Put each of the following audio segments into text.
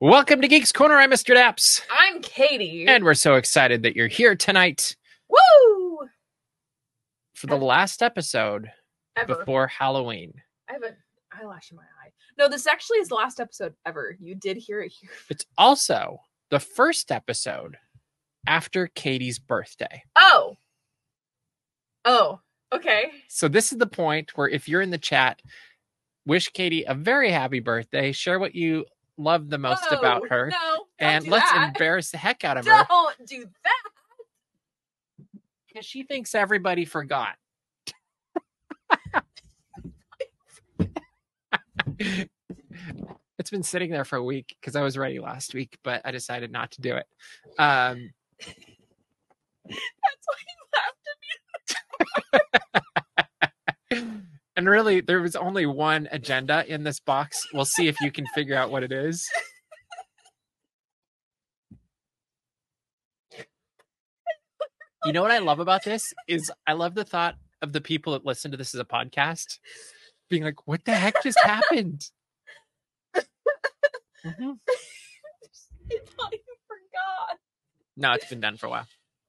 Welcome to Geeks Corner. I'm Mr. Daps, I'm Katie. and we're so excited that you're here tonight Woo! for the last episode Ever. before Halloween. I have an eyelash in my eye. No, this actually is the last episode ever. You did hear it here. It's also the first episode after Katie's birthday. Oh. Oh. Okay. So, this is the point where if you're in the chat, wish Katie a very happy birthday, share what you love the most No, about her, Oh, No. Don't and do let's that. embarrass the heck out of her Don't do that. because she thinks everybody forgot. it's been sitting there for a week because I was ready last week, but I decided not to do it. Um, That's why you laughed at me. and really, there was only one agenda in this box. We'll see if you can figure out what it is. You know what I love about this is I love the thought of the people that listen to this as a podcast being like, "What the heck just happened?" Mhm. I thought you forgot. No, it's been done for a while.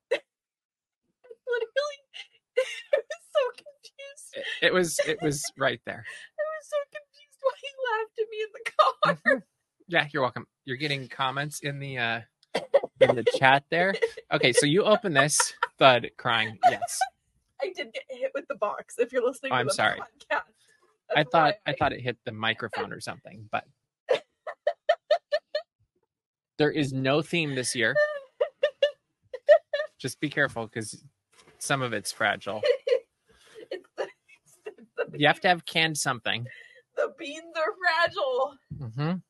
Literally. I was so confused. It, it was it was right there. I was so confused why you laughed at me in the car. Yeah, you're welcome. You're getting comments in the uh in the chat there. Okay, so you open this thud crying. Yes. I did get hit with the box. If you're listening, Oh, Mm-hmm. to I'm the sorry. Podcast. I That's thought why I thought it hit the microphone or something, but there is no theme this year. Just be careful because some of it's fragile. it's the, it's the, the, You have to have canned something. the beans are fragile. hmm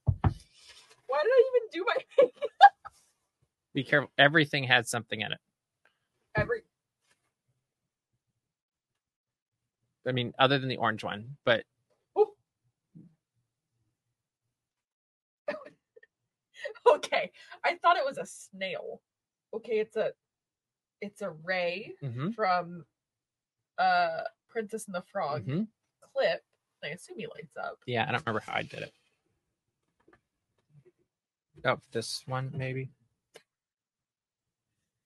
Why did I even do my Be careful. Everything has something in it. every? I mean, other than the orange one, but Okay, I thought it was a snail. Okay, it's a it's a ray mhm, from uh Princess and the Frog mhm. clip. I assume he lights up. yeah, I don't remember how I did it. Oh, this one maybe.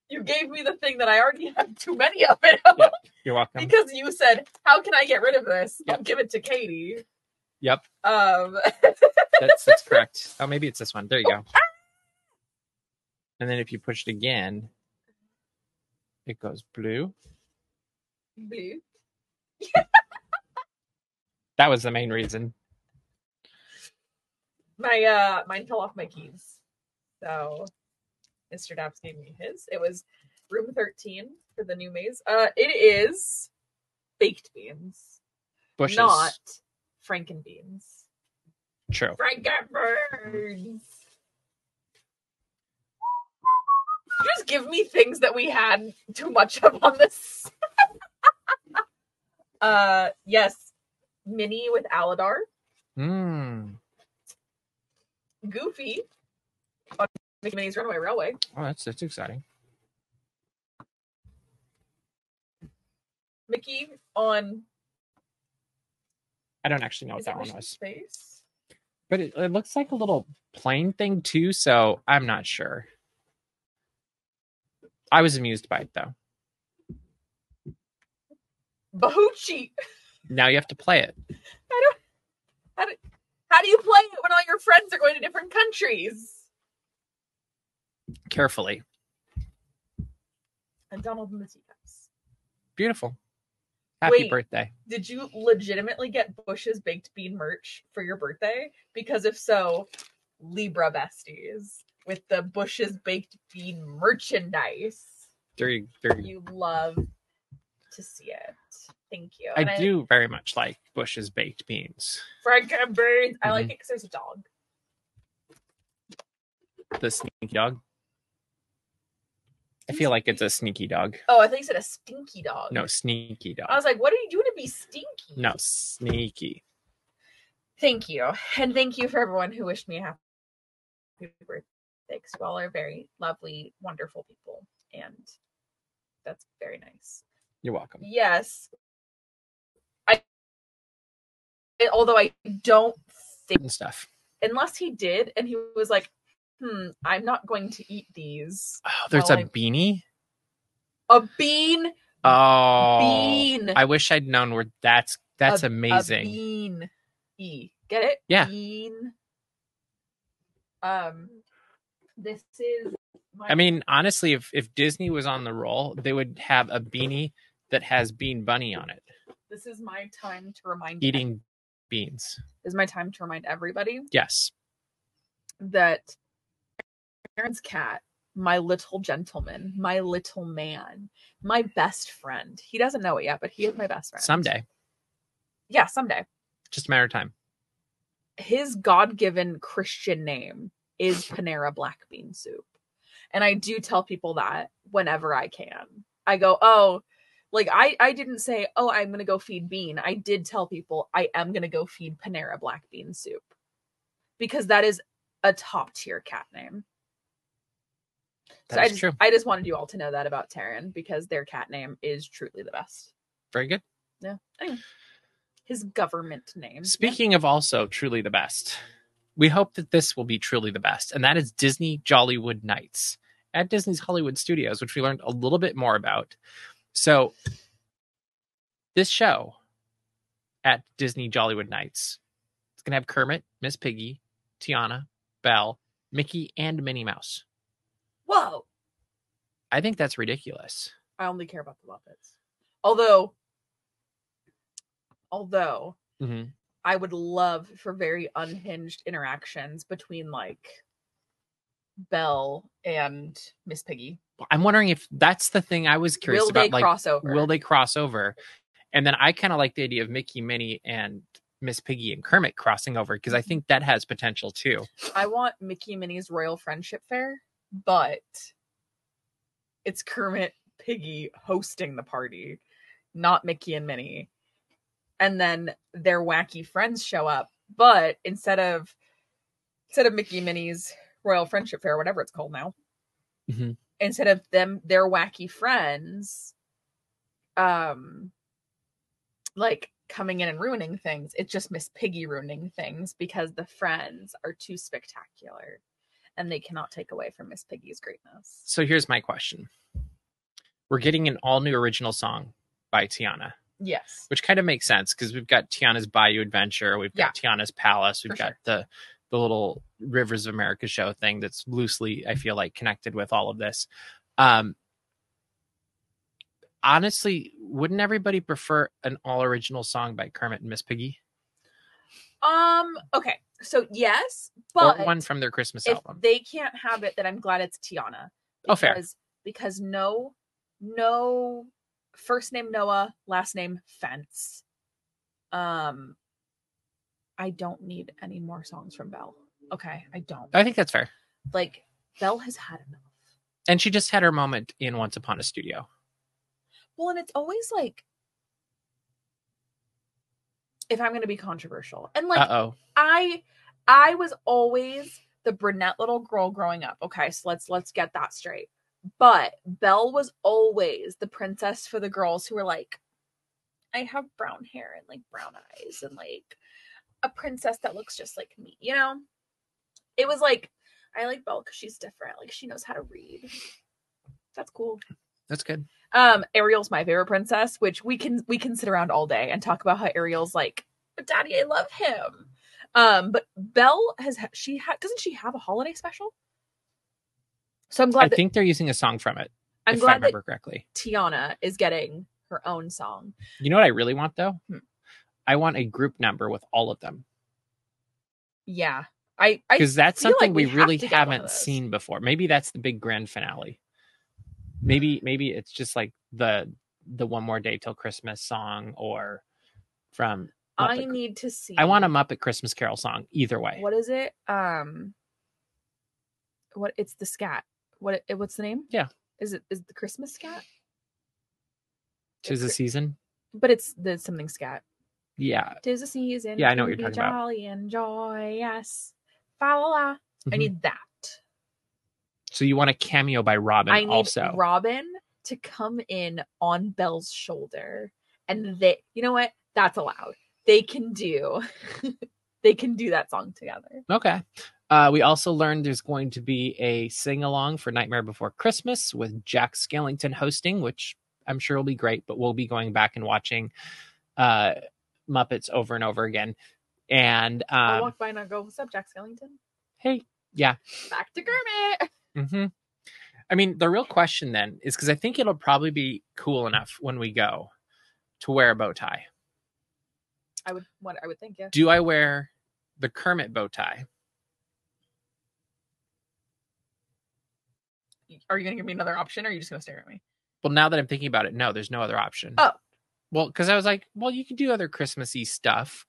You gave me the thing that I already have too many of it Yeah. You're welcome. because you said, "How can I get rid of this? I'll Yep. give it to Katie." Yep, Um, that's that's correct. Oh, maybe it's this one. There you go. And then if you push it again, it goes blue. blue. That was the main reason. my uh mine fell off my keys. So Mr. Daps gave me his. It was room 13 for the new maze. Uh it is baked beans, Bushes. not franken beans. True. Franken beans. You just give me things that we had too much of on this. uh yes, mini with Aladar. Mm. Goofy on Mickey Minnie's Runaway Railway. Oh, that's that's exciting. Mickey on I don't actually know what is it that one Mischief's was, face. but it, it looks like a little plain thing too. So I'm not sure. I was amused by it though. Bahuchi. Now you have to play it. How do you play it when all your friends are going to different countries? carefully. And Donald and the teacups. Beautiful. Happy Wait. birthday. Did you legitimately get Bush's baked bean merch for your birthday? Because if so, Libra besties with the Bush's baked bean merchandise. There you, there you. You love to see it. Thank you. I do very much like Bush's baked beans. Frank and Burns. I Mm-hmm. like it because there's a dog. The sneaky dog. I feel like it's a sneaky dog. Oh, I think you said a stinky dog. No, sneaky dog. I was like, what are you doing to be stinky? No, sneaky. Thank you. And thank you for everyone who wished me a happy birthday. Because you all are very lovely, wonderful people. And that's very nice. You're welcome. Yes. I although I don't think And stuff. unless he did and he was like, hmm, I'm not going to eat these. Oh, there's Well, a I- beanie. A bean, Oh, bean, I wish I'd known where that's that's a amazing. bean. E, get it? Yeah. Bean. Um, this is. My I mean, honestly, if if Disney was on the roll, they would have a beanie that has Bean Bunny on it, this is my time to remind eating beans. This is my time to remind everybody Yes. that Aaron's cat, my little gentleman, my little man, my best friend. He doesn't know it yet, but he is my best friend. Someday. Yeah, someday. Just a matter of time. His God given Christian name is Panera Black Bean Soup. And I do tell people that whenever I can. I go, oh, like I, I didn't say, oh, I'm going to go feed Bean. I did tell people I am going to go feed Panera Black Bean Soup because that is a top tier cat name. That's so I just, true. I just wanted you all to know that about Taryn because their cat name is truly the best. Very good. Yeah. Anyway. His government name. Speaking of also truly the best, we hope that this will be truly the best, and that is Disney Jollywood Nights at Disney's Hollywood Studios, which we learned a little bit more about. So, this show at Disney Jollywood Nights, it's going to have Kermit, Miss Piggy, Tiana, Belle, Mickey, and Minnie Mouse. Whoa. I think that's ridiculous. I only care about the Muppets. Although although Mm-hmm. I would love for very unhinged interactions between like Belle and Miss Piggy. I'm wondering if that's the thing I was curious will about. they like, cross over? will they cross over? And then I kind of like the idea of Mickey, Minnie, and Miss Piggy and Kermit crossing over because I Mm-hmm. think that has potential too. I want Mickey and Minnie's Royal Friendship Fair, but it's Kermit Piggy hosting the party, not Mickey and Minnie. And then their wacky friends show up, but instead of instead of Mickey and Minnie's Royal Friendship Fair, whatever it's called now, Mhm. instead of them their wacky friends, um, like coming in and ruining things. It's just Miss Piggy ruining things because the friends are too spectacular and they cannot take away from Miss Piggy's greatness. So here's my question We're getting an all new original song by Tiana, Yes. which kind of makes sense because we've got Tiana's Bayou Adventure, we've got Tiana's Palace, we've For got sure. the the little Rivers of America show thing that's loosely, I feel like, connected with all of this. Um, honestly, wouldn't everybody prefer an all original song by Kermit and Miss Piggy? Um okay. So yes, Or but one from their Christmas if album. they can't have it then I'm glad it's Tiana. Oh, fair. Because, because no no first name Noah, last name Fence. Um I don't need any more songs from Belle. Okay, I don't. I think that's fair. Like Belle has had enough. And she just had her moment in Once Upon a Studio. Well, and it's always like, if I'm going to be controversial, and like uh oh. I, I was always the brunette little girl growing up. Okay, so let's let's get that straight. But Belle was always the princess for the girls who were like, I have brown hair and like brown eyes and like a princess that looks just like me. You know, it was like I like Belle because she's different. Like she knows how to read. That's cool. That's good. Um, Ariel's my favorite princess, which we can we can sit around all day and talk about how Ariel's like, but Daddy, I love him. Um, but Belle has ha- she ha- doesn't she have a holiday special? So I'm I glad that think they're using a song from it, I'm if I glad that remember correctly. Tiana is getting her own song. You know what I really want though? Hmm. I want a group number with all of them. Yeah, I I Because that's feel like something we, we have really to get one of haven't those. seen before. Maybe that's the big grand finale. Maybe maybe it's just like the the one more day till Christmas song or from I Muppet- need to see. I want a Muppet Christmas Carol song either way. What is it? Um, what it's the scat. What it, what's the name? Yeah. Is it is it the Christmas scat? Tis the season. But it's the something scat. Yeah. Tis the season. Yeah, I know what to you're be talking about. Jolly and joyous. Fa la la. I Mhm. need that. So you want a cameo by Robin I need also. Robin to come in on Belle's shoulder, and they. You know what? That's allowed. They can do. they can do that song together. Okay. Uh, we also learned there's going to be a sing along for Nightmare Before Christmas with Jack Skellington hosting, which I'm sure will be great, but we'll be going back and watching uh, Muppets over and over again. And I um, walked by and I go, "What's up, Jack Skellington?" hey, yeah. Back to Kermit. hmm I mean, the real question then is because I think it'll probably be cool enough when we go to wear a bow tie. I would, what I would think, yeah. Do I wear the Kermit bow tie? Are you gonna give me another option, or are you just gonna stare at me? Well, now that I'm thinking about it, no, there's no other option. Oh. Well, because I was like, well, you can do other Christmassy stuff,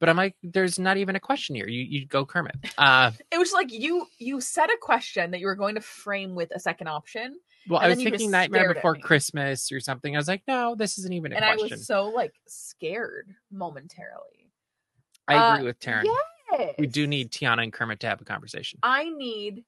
but I'm like, there's not even a question here. You you go Kermit. Uh, It was like you, you said a question that you were going to frame with a second option, well, And I then was you just thinking Nightmare stared at Before me. Christmas or something. I was like, no, this isn't even a and question. I I, was so like scared momentarily. agree with Taryn. We do uh, Yes. need Tiana and Kermit to have a conversation. I need.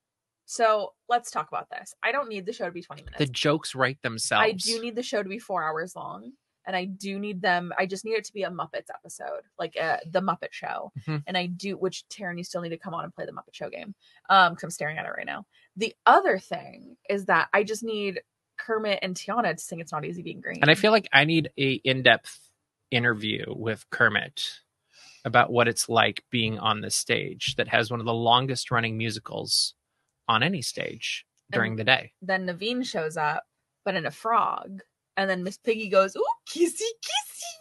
So let's talk about this. I don't need the show to be twenty minutes. The jokes write themselves. I do need the show to be four hours long, and I do need them. I just need it to be a Muppets episode, like uh, the Muppet Show. Mhm. And I do, which Taryn, you still need to come on and play the Muppet Show game. Um, because I'm staring at it right now. The other thing is that I just need Kermit and Tiana to sing "It's Not Easy Being Green." And I feel like I need a in-depth interview with Kermit about what it's like being on this stage that has one of the longest running musicals on any stage during And- the day. then Naveen shows up, but in a frog, and then Miss Piggy goes, "Ooh, kissy, kissy."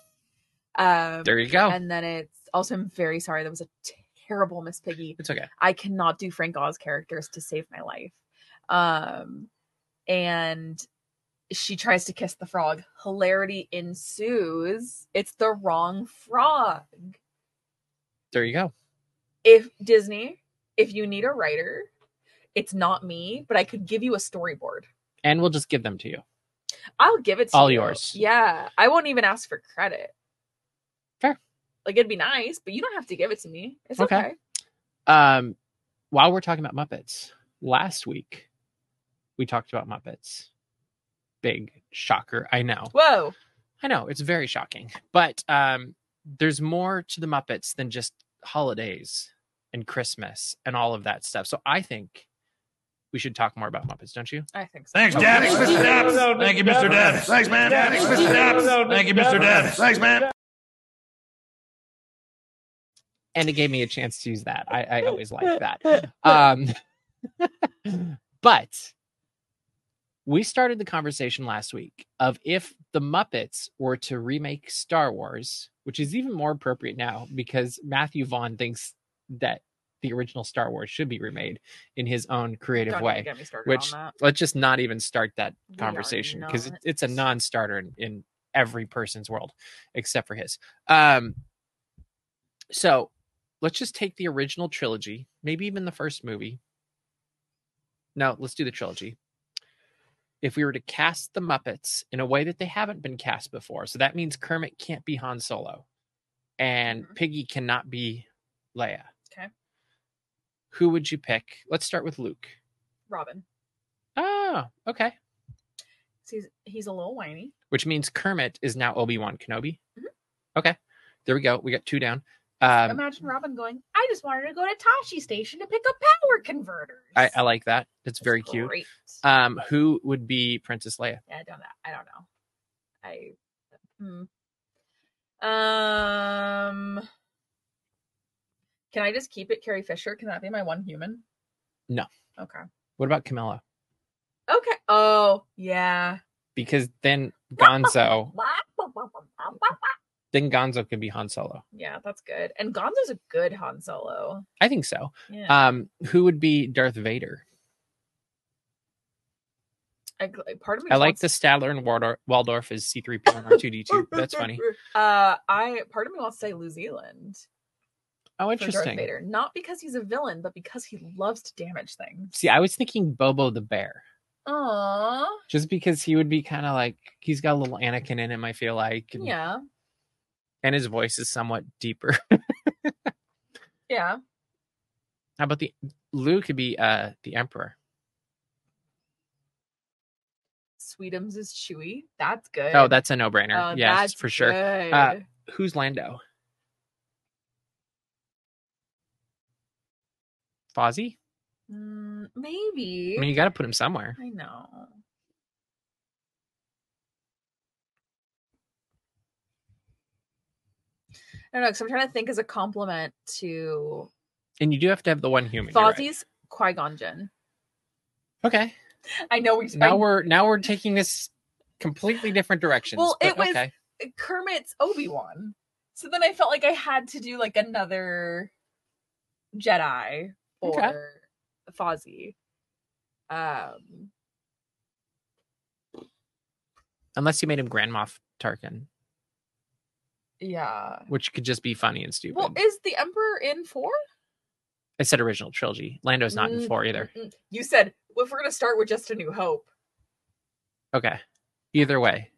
Um, There you go. and then it's also. I'm very sorry. That was a terrible Miss Piggy. It's okay. I cannot do Frank Oz characters to save my life. Um, and she tries to kiss the frog. Hilarity ensues. It's the wrong frog. There you go. If Disney, if you need a writer, it's not me, but I could give you a storyboard. And we'll just give them to you. I'll give it to All you. yours. Yeah, I won't even ask for credit. Fair. Like it'd be nice, but you don't have to give it to me. It's Okay. okay. Um, while we're talking about Muppets, last week we talked about Muppets. Big shocker. I know. Whoa. I know it's very shocking, but um, there's more to the Muppets than just holidays and Christmas and all of that stuff. So I think we should talk more about Muppets, don't you? I think so. Thanks, Dad. Thanks, Mr. Dabbs. Thank you, Mr. Dabbs. Thanks, man. Thanks, Mr. Dabbs. Thank you, Mr. Dabbs. Thanks, man. And it gave me a chance to use that. I, I always like that. Um, but we started the conversation last week of if the Muppets were to remake Star Wars, which is even more appropriate now because Matthew Vaughn thinks that the original Star Wars should be remade in his own creative Don't even way. get me started which on that. let's just not even start that We are conversation because it, not. it's a non-starter in, in every person's world except for his um so let's just take the original trilogy maybe even the first movie no let's do the trilogy if we were to cast the muppets in a way that they haven't been cast before so that means kermit can't be han solo and Mhm. piggy cannot be leia Okay. who would you pick let's start with luke Robin. oh okay So he's he's a little whiny. which means Kermit is now Obi Wan Kenobi. Mhm. Okay, there we go. We got two down. Um, Imagine Robin going, I just wanted to go to Tashi Station to pick up power converters. I, I like that. That's very cute. Great. Um, who would be Princess Leia? yeah, I don't know. I don't know. I hmm. um can I just keep it Carrie Fisher? Can that be my one human? No. Okay. What about Camilla? Okay. Oh yeah. Because then Gonzo, then Gonzo could be Han Solo. Yeah, that's good. And Gonzo's a good Han Solo. I think so. Yeah. Um, who would be Darth Vader? I, gl- part of me I just like wants the Statler and Waldor- Waldorf as C3PO and R2D2. That's funny. Uh, I part of me wants to say New Zealand Oh, for Darth interesting. Vader, not because he's a villain, but because he loves to damage things. See, I was thinking Bobo the Bear. Aww, Just because he would be kind of like he's got a little Anakin in him, I feel like. and- yeah, and his voice is somewhat deeper. yeah. How about the Lou could be uh the emperor? Sweetums is Chewy. That's good. Oh, that's a no brainer. Oh, yes, that's for sure. Uh, good. Who's Lando? Fozzie? Mm, I maybe. mean, you got to put him somewhere. I know. I don't know, because I'm trying to think as a compliment to And you do have to have the one human. you're right. Fozzie's Qui Gon Jinn. Okay. I know we Now I- we're now we're taking this completely different directions. Well, but it was- okay. Kermit's Obi Wan. So then I felt like I had to do like another Jedi or Okay. Fozzie. Um, Unless you made him Grand Moff Tarkin, yeah. which could just be funny and stupid. Well, is the Emperor in four? I said original trilogy. Lando's not in Mm, four either. mm, mm. You said well, if we're gonna start with just a New Hope. Okay. Either way,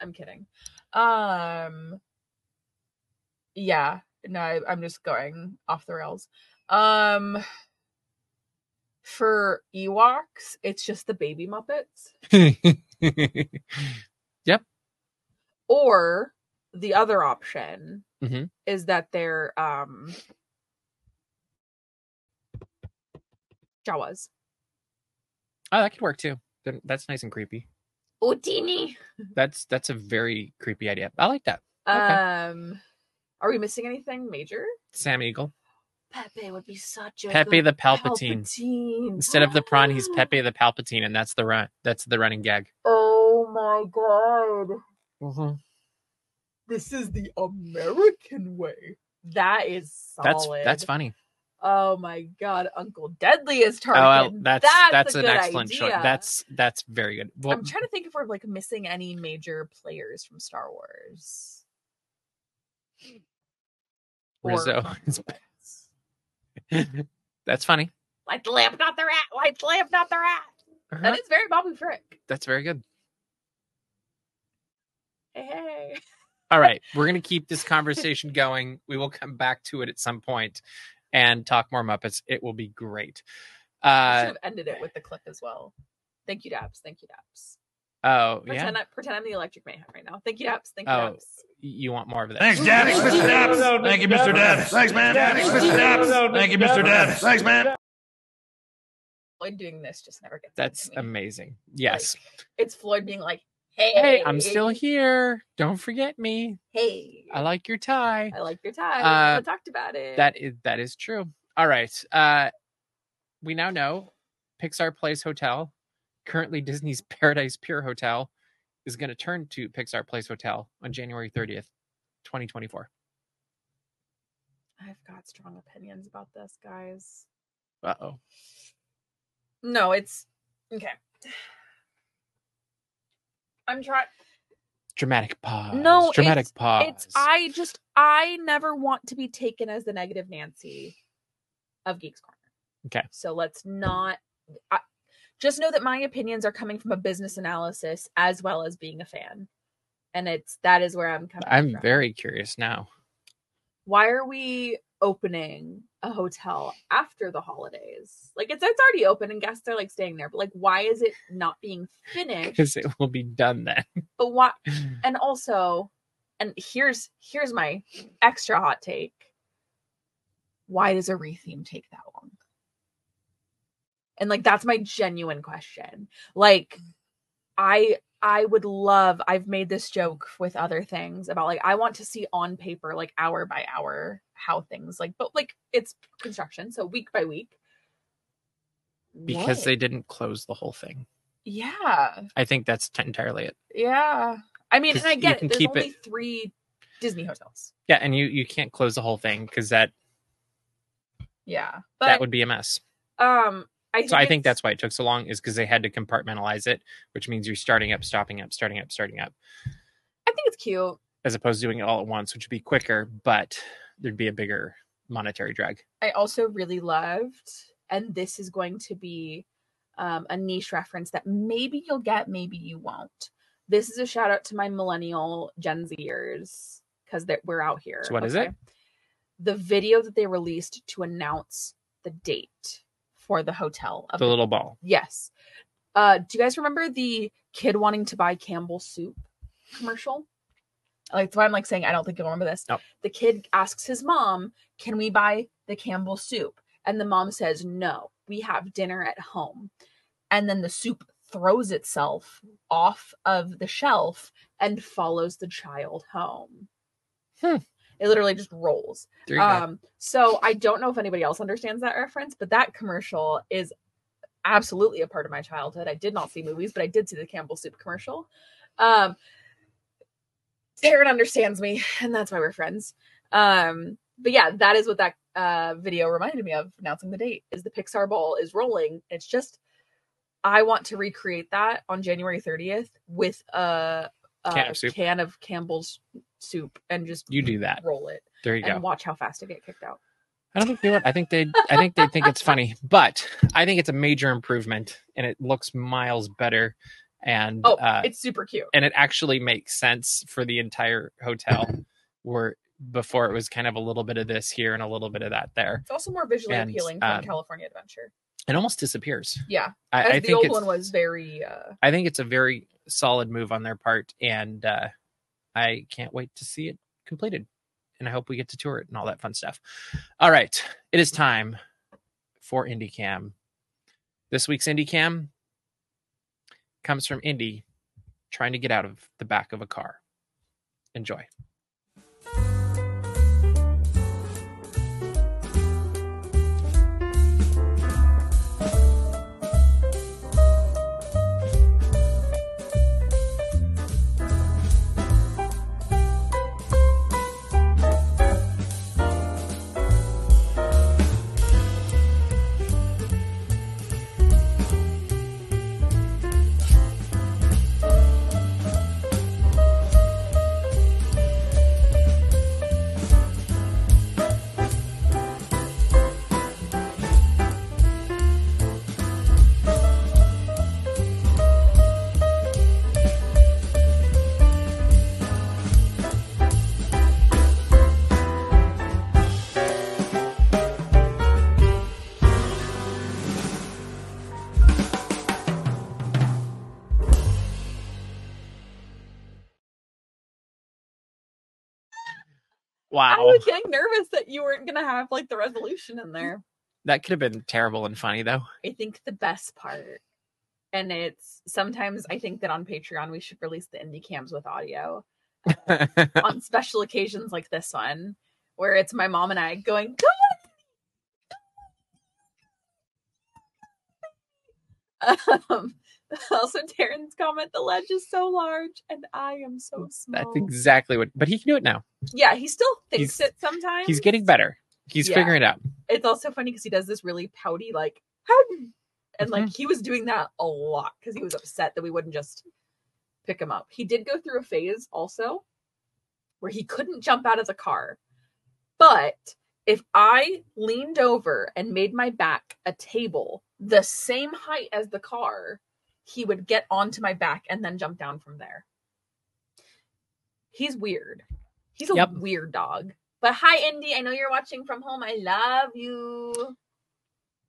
I'm kidding. Um, yeah. No, I, I'm just going off the rails. Um, for Ewoks, it's just the baby Muppets. or the other option Mhm. is that they're um Jawas. Oh, that could work too. Then- That's nice and creepy. Utini. That's that's a very creepy idea. I like that. Um are we missing anything major? Sam Eagle. Pepe would be such a Pepe good the Palpatine. Palpatine. Ah. Instead of the prawn, he's Pepe the Palpatine, and that's the run. That's the running gag. Oh my god. Mm-hmm. This is the American way. That is That's solid. that's funny. Oh my god, Uncle Deadly is Oh, well, Tarkin. that's that's that's, a an good excellent choice. idea. That's that's very good. Well, I'm trying to think if we're like missing any major players from Star Wars. Or Rizzo. compliments. that's funny. Light the lamp, not the rat. Light the lamp, not the rat. Uh-huh. That is very Bobby Frick. That's very good. Hey, hey. All right, we're gonna keep this conversation going. We will come back to it at some point and talk more Muppets. It will be great. I Uh, should have ended it with the clip as well. Thank you, Dabs. Thank you, Dabs. Oh yeah, Pretend, I, pretend I'm the Electric Mayhem right now. Thank you, Dabs. Thank you, Oh. Dabs. you want more of that? Thanks, Dad. Thanks, Mr. Dabbs. Thank you, Mr. Dabbs. Thanks, man. Thanks, Mr. Dabbs. Thank you, Mr. Dabbs. Thanks, man. Floyd doing this just never gets. That's into me. amazing. Yes. It's Floyd being like, hey, hey, I'm still here. Don't forget me. Hey, I like your tie. I like your time. Uh, I talked about it. That is that is true. All right. Uh, we now know Pixar Place Hotel, currently Disney's Paradise Pier Hotel, is going to turn to Pixar Place Hotel on January 30th, 2024. I've got strong opinions about this, guys. Uh oh. No, it's okay. I'm trying. Dramatic pause. No, dramatic it's- pause. It's I just I never want to be taken as the negative Nancy of Geeks Corner. Okay. So let's not. I, just know that my opinions are coming from a business analysis as well as being a fan, and it's that is where I'm coming. I'm from. very curious now. Why are we opening a hotel after the holidays? Like it's it's already open and guests are like staying there, but like why is it not being finished? Because it will be done then. But why? and also and here's here's my extra hot take why does a retheme take that long and like that's my genuine question like i i would love i've made this joke with other things about like i want to see on paper like hour by hour how things like but like it's construction so week by week because What? they didn't close the whole thing. yeah I think that's t- entirely it. yeah i mean and 'Cause i you get can it there's keep only it- three disney hotels Yeah, and you you can't close the whole thing because that yeah but that would be a mess. Um, I So I think it's- that's why it took so long is because they had to compartmentalize it, which means you're starting up, stopping up, starting up, starting up, I think it's cute. as opposed to doing it all at once, which would be quicker, but there'd be a bigger monetary drag. I also really loved, and this is going to be um, a niche reference that maybe you'll get, maybe you won't. This is a shout out to my millennial Gen Zers because that we're out here. So what is it? The video that they released to announce the date for the hotel. Of The little ball. yes. Uh, do you guys remember the kid wanting to buy Campbell soup commercial? Like that's why I'm like saying I don't think you'll remember this. No. The kid asks his mom, "Can we buy the Campbell soup?" And the mom says, No, we have dinner at home. And then the soup throws itself off of the shelf and follows the child home. Hmm. It literally just rolls. There you go. Um, so I don't know if anybody else understands that reference, but that commercial is absolutely a part of my childhood. I did not see movies, but I did see the Campbell soup commercial. Um, Taryn understands me, and that's why we're friends. Um, but yeah, that is what that uh, video reminded me of. Announcing the date is the Pixar Bowl is rolling. It's just I want to recreate that on January 30th with a, a Can of soup. can of Campbell's soup and just You do that. roll it There you and go. watch how fast it get kicked out. I don't think they would. I think they. I think they think it's funny, but I think it's a major improvement, and it looks miles better, and Oh, uh, it's super cute. and it actually makes sense for the entire hotel. Where before it was kind of a little bit of this here and a little bit of that there. It's also more visually and, appealing than um, California Adventure. It almost disappears. Yeah, as I, I the think old it's, one was very. uh I think it's a very solid move on their part, and uh, I can't wait to see it completed. And I hope we get to tour it and all that fun stuff. All right, it is time for IndieCam. This week's IndieCam comes from Indy trying to get out of the back of a car. Enjoy. Wow. I was getting nervous that you weren't gonna have like the resolution in there. that could have been terrible and funny, though. I think the best part, and it's sometimes I think that on Patreon we should release the indie cams with audio on special occasions like this one, where it's my mom and I going, "Go on!" Um, also, Taryn's comment: "The ledge is so large, and I am so That's small." exactly what, but he can do it now. Yeah, he still thinks He's- it sometimes. He's getting better. He's Yeah. figuring it out. It's also funny because he does this really pouty, like, "How d-" and like he was doing that a lot because he was upset that we wouldn't just pick him up. He did go through a phase also where he couldn't jump out of the car, but if I leaned over and made my back a table the same height as the car, he would get onto my back and then jump down from there. He's weird. He's a Yep. weird dog. But hi, Indy. I know you're watching from home. I love you.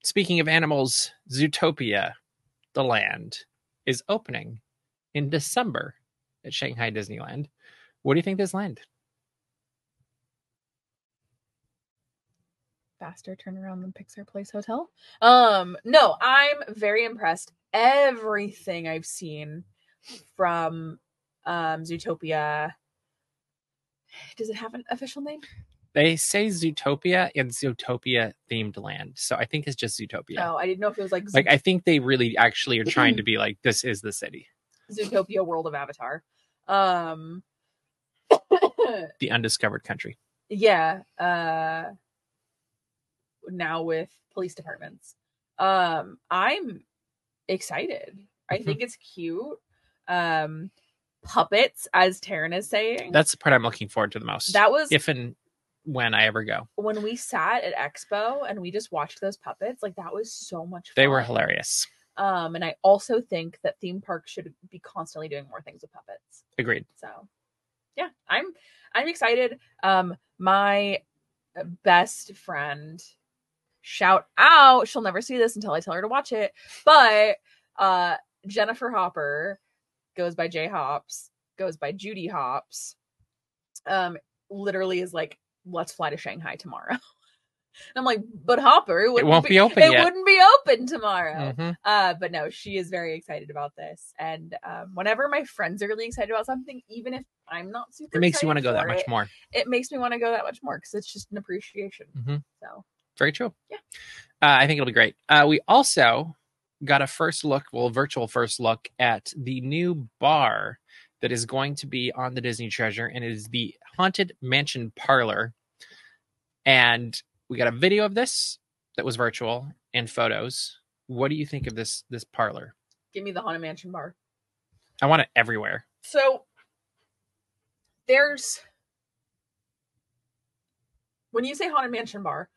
speaking of animals, Zootopia, the land, is opening in December at Shanghai Disneyland. What do you think of this land? faster turnaround than Pixar Place Hotel. Um, no, I'm very impressed. Everything I've seen from um Zootopia. Does it have an official name? They say Zootopia and Zootopia themed land. So I think it's just Zootopia. No, I didn't know if it was like, Zo- Like I think they really actually are trying to be like this is the city, Zootopia World of Avatar. Um the undiscovered country. yeah uh now with police departments um i'm excited i Mhm. think it's cute um puppets as taryn is saying That's the part I'm looking forward to the most. that was if and when I ever go. when we sat at expo and we just watched those puppets like that was so much fun They were hilarious. um and i also think that theme parks should be constantly doing more things with puppets Agreed. So yeah, I'm I'm excited. Um my best friend shout out, she'll never see this until I tell her to watch it, but uh Jennifer Hopper goes by J Hops, goes by Judy Hops. Um literally is like let's fly to Shanghai tomorrow. I'm like, but Hopper, it, It wouldn't won't be open it yet. wouldn't be open tomorrow. Mhm. Uh, but no, she is very excited about this. And um, whenever my friends are really excited about something, even if I'm not super, It makes you excited want to go that for much it, more. It makes me want to go that much more because it's just an appreciation. Mhm. So Very true. Yeah. Uh, I think it'll be great. Uh, we also got a first look, well, virtual first look at the new bar that is going to be on the Disney Treasure and it is the Haunted Mansion Parlor. And we got a video of this that was virtual and photos. What do you think of this this parlor? give me the haunted mansion bar. I want it everywhere. So there's when you say haunted mansion bar,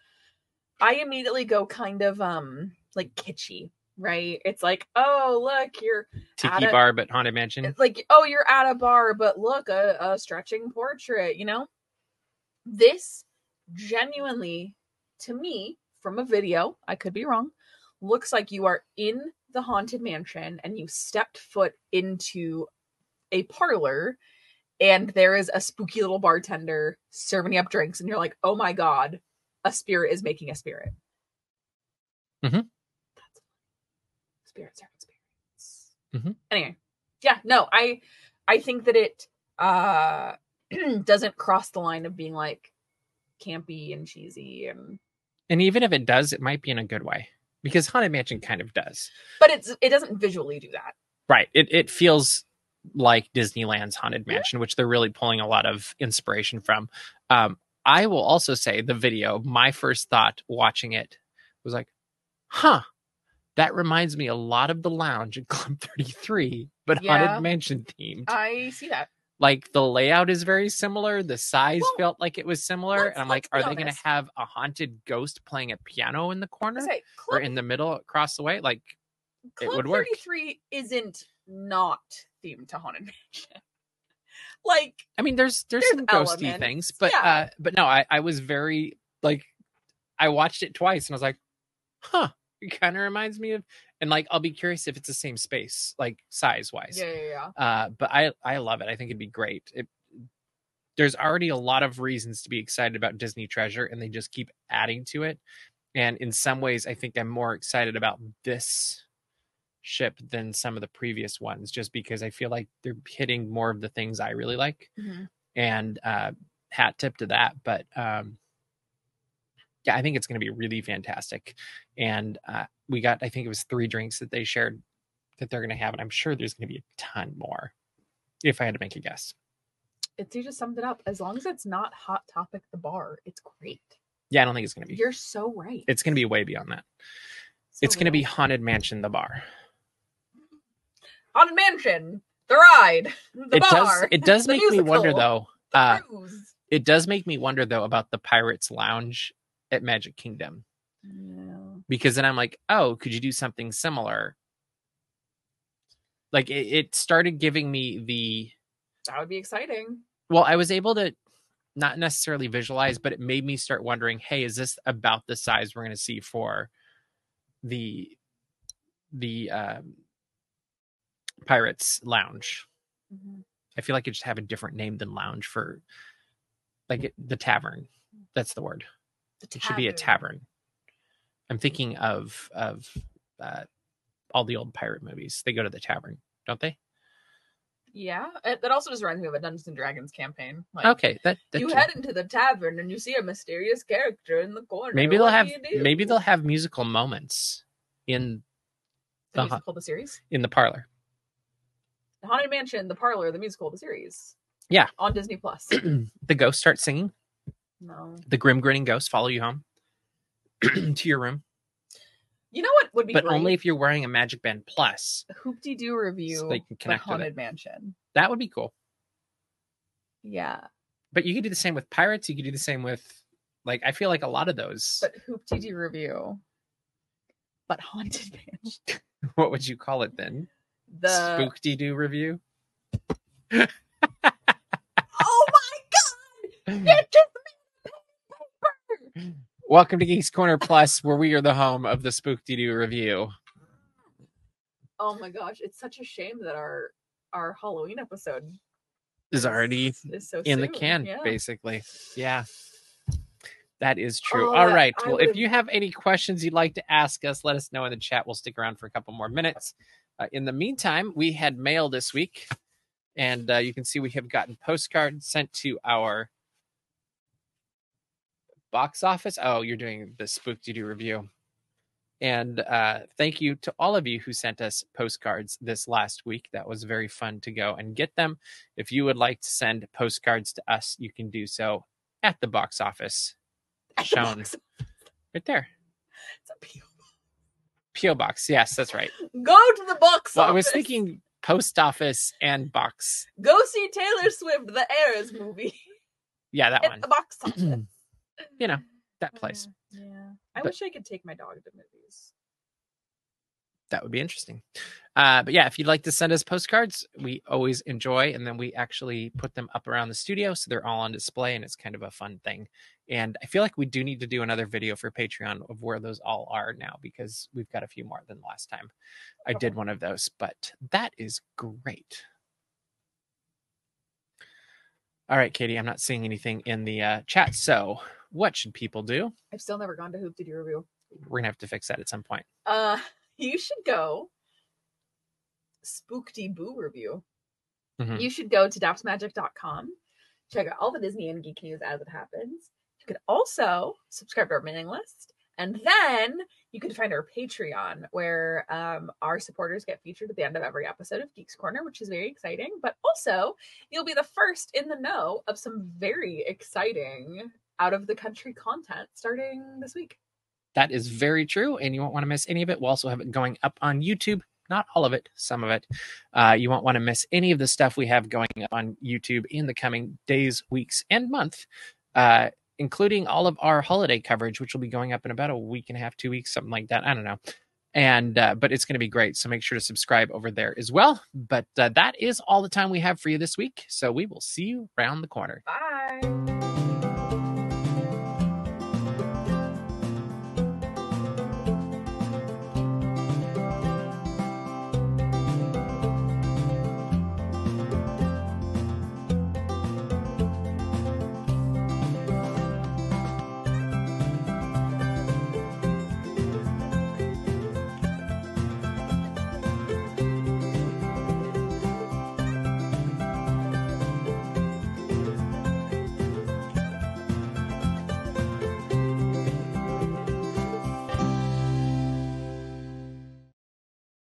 I immediately go kind of um like kitschy, right? It's like, oh look, you're Add Tiki it. bar, but Haunted Mansion. it's like, oh, you're at a bar, but look, a, a stretching portrait, you know? This genuinely, to me, from a video, I could be wrong, looks like you are in the haunted mansion and you stepped foot into a parlor and there is a spooky little bartender serving you up drinks and you're like, oh my God, a spirit is making a spirit. Mhm. That's spirits are spirits Mhm. anyway yeah no i i think that it uh doesn't cross the line of being like campy and cheesy and And even if it does, it might be in a good way because Haunted Mansion kind of does. but it's it doesn't visually do that Right. It it feels like Disneyland's Haunted Mansion, which they're really pulling a lot of inspiration from. Um, I will also say the video, my first thought watching it was like, huh, that reminds me a lot of the lounge at Club 33, but Yeah. Uh, Haunted Mansion themed. i see that like the layout is very similar. The size Well, felt like it was similar. let's- And I'm like, are let's be they going to honest. have a haunted ghost playing a piano in the corner I say, or club, in the middle across the way? Like, it Club would work. 33 isn't not themed to haunted mansion like I mean, there's there's, There's some ghosty elements, things, but yeah. uh, but no, I I was very like, I watched it twice and I was like, huh, it kind of reminds me of, and like I'll be curious if it's the same space, like size wise. yeah yeah yeah Uh, but I I love it. I think it'd be great. It, there's already a lot of reasons to be excited about Disney Treasure, and they just keep adding to it. And in some ways, I think I'm more excited about this ship than some of the previous ones, just because I feel like they're hitting more of the things I really like Mhm. and uh, hat tip to that. But um, yeah, I think it's going to be really fantastic. And uh, we got, I think it was three drinks that they shared that they're going to have, and I'm sure there's going to be a ton more. If I had to make a guess, it's just summed it up as long as it's not hot topic the bar it's great yeah, I don't think it's going to be. you're so right It's going to be way beyond that. So It's going to be right. Haunted Mansion, the bar. haunted mansion the ride the it does. bar It does the make me wonder musical, though. Uh, cruise. it does make me wonder though about the Pirates Lounge at Magic Kingdom. Yeah. because then I'm like, oh, could you do something similar? Like it, it started giving me the That would be exciting. well, I was able to not necessarily visualize, but it made me start wondering, hey, is this about the size we're going to see for the the um, Pirates Lounge? Mm-hmm. I feel like it should have a different name than lounge for like it, the tavern. That's the word The it should be a tavern. I'm thinking of of uh, all the old pirate movies. They go to the tavern, don't they? Yeah. It, that also just reminds me of a Dungeons and Dragons campaign. Like, Okay, that, that you too. head into the tavern and you see a mysterious character in the corner. maybe they'll What have do you do? maybe they'll have musical moments in the uh-huh. musical, the series, in the parlor. the Haunted Mansion, the Parlor, the musical, the series. Yeah. On Disney Plus. the ghosts start singing. no. The grim grinning ghosts follow you home to your room, You know what would be but great? only if you're wearing a Magic Band Plus. Hoopty Doo review. they can but connect with it. Haunted Mansion. That would be cool. Yeah, But you could do the same with pirates. You could do the same with like I feel like a lot of those. but Hoopty Doo review. But Haunted Mansion. what would you call it then? The Spookty doo review. oh my god! It just Welcome to Geeks Corner Plus, where we are the home of the Spookty Doo review. Oh my gosh, it's such a shame that our our Halloween episode Is already is so in the soon. can, Yeah. basically. Yeah. That is true. Oh, All I- right. I well, if would've- you have any questions you'd like to ask us, let us know in the chat. We'll stick around for a couple more minutes. Uh, in the meantime, we had mail this week, and uh, you can see we have gotten postcards sent to our box office. Oh, you're doing the Spook Doo Doo review. And uh, thank you to all of you who sent us postcards this last week. That was very fun to go and get them. If you would like to send postcards to us, you can do so at the box office shown It's right there. a P.O. P.O. Box. Yes, that's right. Go to the box Well, I office. was thinking post office and box. Go see Taylor Swift, the Eras movie Yeah, that at one. the box office. You know, that place. Uh, yeah. I But- wish I could take my dog to movies. That would be interesting. Uh, but yeah, if you'd like to send us postcards, we always enjoy. And then we actually put them up around the studio. So they're all on display and it's kind of a fun thing. And I feel like we do need to do another video for Patreon of where those all are now because we've got a few more than last time. I did one of those, but that is great. All right, Katie, I'm not seeing anything in the uh, chat. So what should people do? I've still never gone to Hoop Did You Review. We're going to have to fix that at some point. Uh, you should go Spookty Boo Review. Mhm. You should go to daftmagic.com, check out all the Disney and geek news as it happens. You could also subscribe to our mailing list, and then you can find our Patreon, where um, our supporters get featured at the end of every episode of Geeks Corner, which is very exciting. But also, you'll be the first in the know of some very exciting out of the country content starting this week. That is very true, and you won't want to miss any of it. We'll also have it going up on YouTube. Not all of it, some of it. Uh, you won't want to miss any of the stuff we have going up on YouTube in the coming days, weeks, and month, uh, including all of our holiday coverage, which will be going up in about a week and a half, two weeks, something like that. I don't know. And uh, but it's going to be great. So make sure to subscribe over there as well. But uh, that is all the time we have for you this week. So we will see you around the corner. Bye.